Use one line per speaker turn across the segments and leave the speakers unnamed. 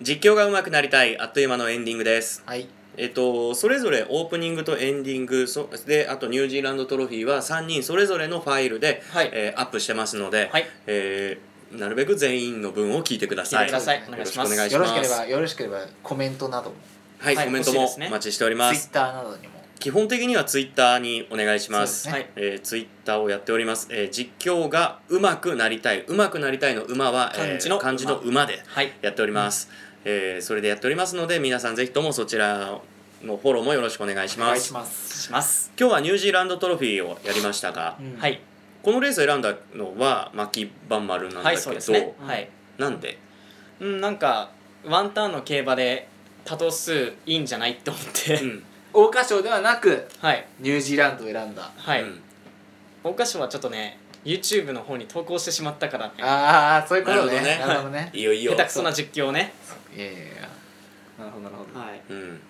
実況が上手くなりたいあっという間のエンディングです
はい
えっとそれぞれオープニングとエンディングそであとニュージーランドトロフィーは3人それぞれのファイルで、
はい
えーアップしてますので、
はい
えーなるべく全員の分を聞いてくだ
聞い
さ
て
い
ください
は。い
お願いします。
よろしく
よ
お
ろ
願い
し
しま
け
す
ればよろしければコメントなども
はい、
はい
コメント
欲
も
しいですね
お待ちしており
ツイ
ま
ッ
す
ターなどにも
基本的にはツイッターにお願いします
そうですね
はい。
えー、ツイッターをやっております、えー実況がうまくなりたいうまくなりたいの馬は、えー
漢字の馬
漢字の馬で
はい。
やっております、えーそれでやっておりますので皆さんぜひともそちらのフォローもよろしくお願いし
お
ま
願い
す
します
します。
今日はニュージーランドトロフィーをやりましたが、
うん
はい。
このレースを選んだのはマキバンマルなんだ
は
け
い、
ど、
そうですね。はい。
なんで
うん、なんか、ワンターンの競馬で多頭数いいんじゃないって思って
う。ん
桜花賞ではなく
はい。
ニュージーランドを選んだ
はい。
うん
桜花賞はちょっとね、YouTube の方に投稿してしまったからね。
ああそういうことね
なるほどね
なるほどね
いいよいいよ
下手くそな実況ね。
いやいやいやなるほどなるほど
はい。
うん、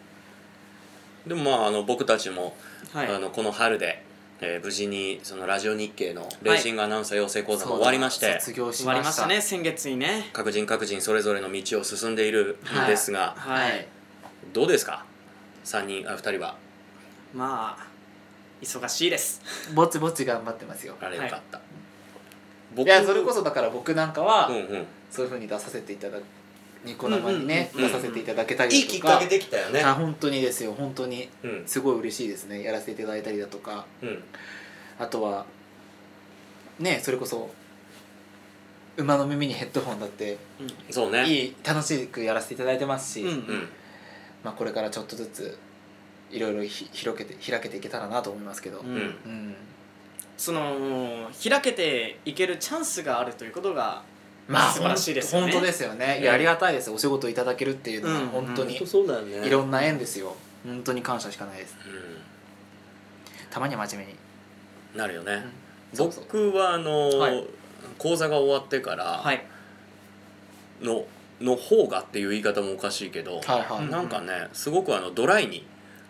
でもまああの僕たちも、
はい。
あのこの春で、えー無事にそのラジオ日経のレーシングアナウンサー養成講座も終わりまして、
卒業し
終
ました
わりましたね、先月にね。
各人各人それぞれの道を進んでいるんですが、
は
はいい。
どうですか3人あ2人は
まあ、忙しいです。
ぼちぼち頑張ってますよ
あれよかった、
いやそれこそだから僕なんかは
うんうん
そういうふうに出させていただくニコ生にね
うんうん
出
うん
させていただけたり
いい
とか
きっかけできたよね
あ本当にですよ本当に
うん
すごい嬉しいですねやらせていただいたりだとか
うん
あとはねそれこそ馬の耳にヘッドホンだって
そうね
いい楽しくやらせていただいてますし、
うん。う。
うんん
まあ、これからちょっとずついろいろひ広げて開けていけたらなと思いますけど、
う
うんん。
うん
その、開けていけるチャンスがあるということが、
まあ
素晴らしいですよね
ほん本当ですよねいやありがたいですお仕事いただけるっていうのは
うん
本当
うん
に
そうだよね
いろんな縁ですよ本当に感謝しかないで
う
すたまには真面目に
んなるよね、
そうそう
僕はあのー
はい
講座が終わってから
はい。
のの方がっていう言い方もおかしいけど、
はいはい、
うん
なんかねすごくあのドライに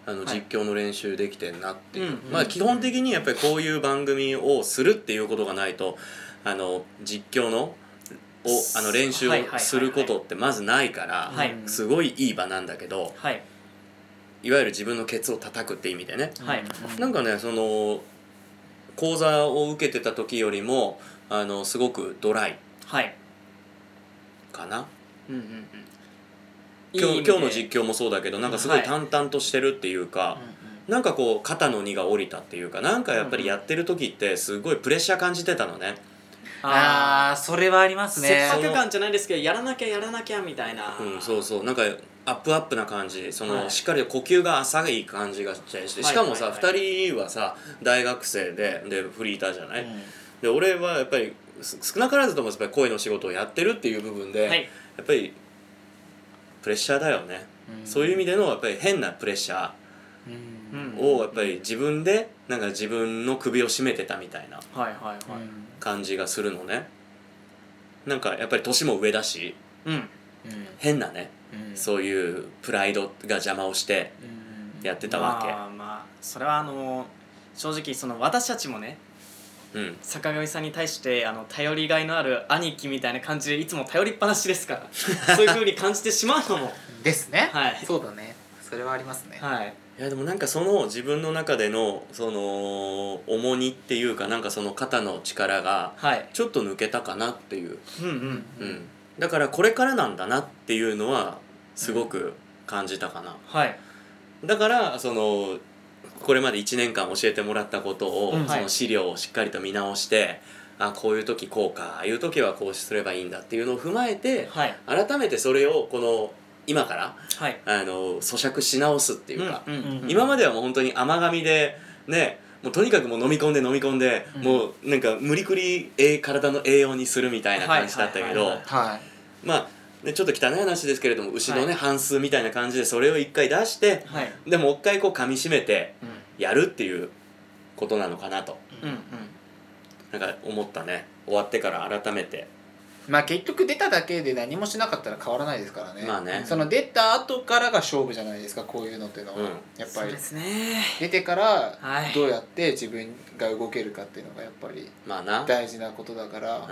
あの
はい
実況の練習できてんなっていう、
うん
まあ、基本的にやっぱりこういう番組をするっていうことがないとあの実況のをあの練習を
はいはいはいはい
することってまずないから、
はい
うん
すごいいい場なんだけど
はい。
いわゆる自分のケツを叩くって意味でね。
はい
なんかねその講座を受けてた時よりもあのすごくドライ
はい。
かな
うんうんうん。
今日今日の
況。
実況もそうだけどなんかすごい
はい
淡々としてるっていうか、
うんうん
なんかこう肩の荷が下りたっていうかなんかやっぱりやってる時ってすごいプレッシャー感じてたのね、
あ
あーそれはありま
あ。
す
切
ね
迫感じゃないですけど、やらなきゃやらなきゃみたいな。
うん、そうそうなんかアップアップな感じその、
はい
しっかり呼吸が浅い感じがしてして
はい
しかもさ、
はいはい
2人はさ大学生ででフリーターじゃない、
うん
で俺はやっぱりす少なからずともやっぱり声の仕事をやってるっていう部分で、
はい。
やっぱりプレッシャーだよね、
ん
そういう意味でのやっぱり変なプレッシャ
うん
うん
ーをやっぱり自分でなんか自分の首を絞めてたみたいな
はいはいはい。
感じがするのねなんかやっぱり年も上だし
うん。
う
変なね、
んうん
そういうプライドが邪魔をして
うん
やってたわけ、
まあまあ、それはあの、正直その私たちもね、
うん
坂上さんに対してあの頼りがいのある兄貴みたいな感じでいつも頼りっぱなしですから そういうふうに感じてしまうのも
ですね、
はい
そうだねそれはありますね、
はい
いやでもなんかその自分の中でのその重荷っていうかなんかその肩の力が
はい
ちょっと抜けたかなっていう、
うんうん
うん、だからこれからなんだなっていうのはすごく感じたかな、
はい
だからそのこれまで1年間教えてもらったことを、
うん
そ
はい
の資料をしっかりと見直してあこういう時こうかああいう時はこうすればいいんだっていうのを踏まえて
はい
改めてそれをこの今から
はい
あの咀嚼し直すっていうか、
うんうんうん
うん
今まではもう本当に甘噛みでねもうとにかくもう飲み込んで飲み込んで、
うん
もうなんか無理くりえー体の栄養にするみたいな感じだった
は
け
いはいはい
ど
はい
はい
まあ、ね、ちょっと汚い話ですけれども牛のね、
はい
半数みたいな感じでそれを一回出して
はい
でもう一回こう噛みしめて
うん
やるっていうことなのかなと
うんうん
なんか思ったね終わってから改めて
まあ結局出ただけで何もしなかったら変わらないですからね,、
まあね
その出た後からが勝負じゃないですかこういうのっていうのは、
うん
やっ
そ
ぱ
う
り
ですね
出てから
はい
どうやって自分が動けるかっていうのがやっぱり
まあな、
大事なことだから、
うん、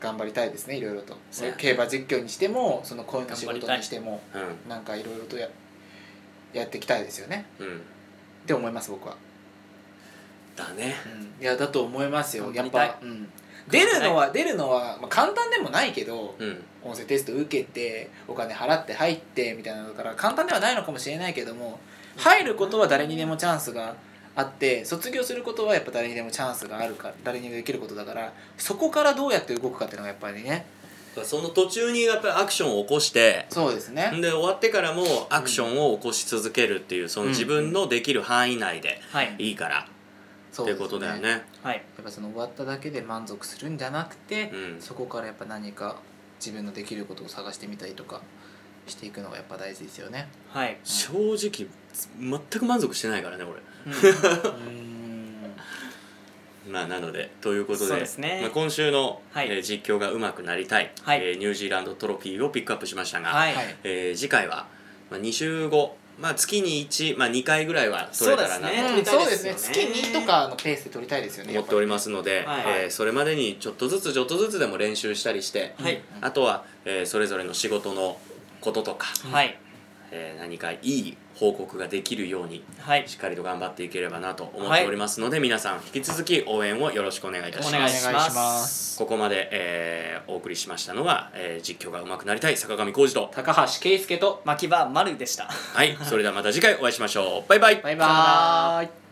頑張りたいですねいろいろとそういう
ね
競馬実況にしてもその声の仕
頑張り
事
たい
にしても
う
なんかいろいろとややっていきたいですよね
んうん
って思います僕は、
だね
うん、いやだと思いますよやっ
頑張り
ぱ、うん、出るのは出るのは、まあ、簡単でもないけど
うん
音声テスト受けてお金払って入ってみたいなのだから簡単ではないのかもしれないけども入ることは誰にでもチャンスがあって卒業することはやっぱ誰にでもチャンスがあるから誰にでもできることだからそこからどうやって動くかっていうのがやっぱりね
その途中にやっぱりアクションを起こして
そうですね
で終わってからもアクションを起こし続けるっていうその自分のできる範囲内で
はい
いいから
そ
って
う
い
で
う
す
ことだよね。
は
や
い
っぱその終わっただけで満足するんじゃなくて、
うん
そこからやっぱ何か自分のできることを探してみたりとかしていくのがやっぱ大事ですよね
はい、
正直全く満足してないからね俺。
うん
うーん
まあなのでということ
そう
で
ですね
まあ、今週の、
はい
えー実況がうまくなりたい、
はい
えーニュージーランドトロフィーをピックアップしましたが、
はい、
はい
えー次回は、まあ、2週後、まあ、月に1、まあ、2回ぐらいは取れたらな
そうですね
と
うんそうですね
撮り
月
たいですよ
2
ね
とかのペースで撮りたいですよね
思っており
ま
ますので、
はい
えーそれまでにちょっとずつちょっとずつでも練習したりして、
はい
あとは、えーそれぞれの仕事のこととか、
はい
えー何かいい報告ができるように
はい
しっかりと頑張っていければなと思っておりますので、皆さん引き続き応援をよろしくお願いいたします
お。願いします
お願いします
ここまで、えーお送りしましたのは、えー実況が上手くなりたい坂上浩二と
高橋圭介と
牧場丸でした
はいそれではまた次回お会いしましょうバイバイ
バイ
さよ
バーイ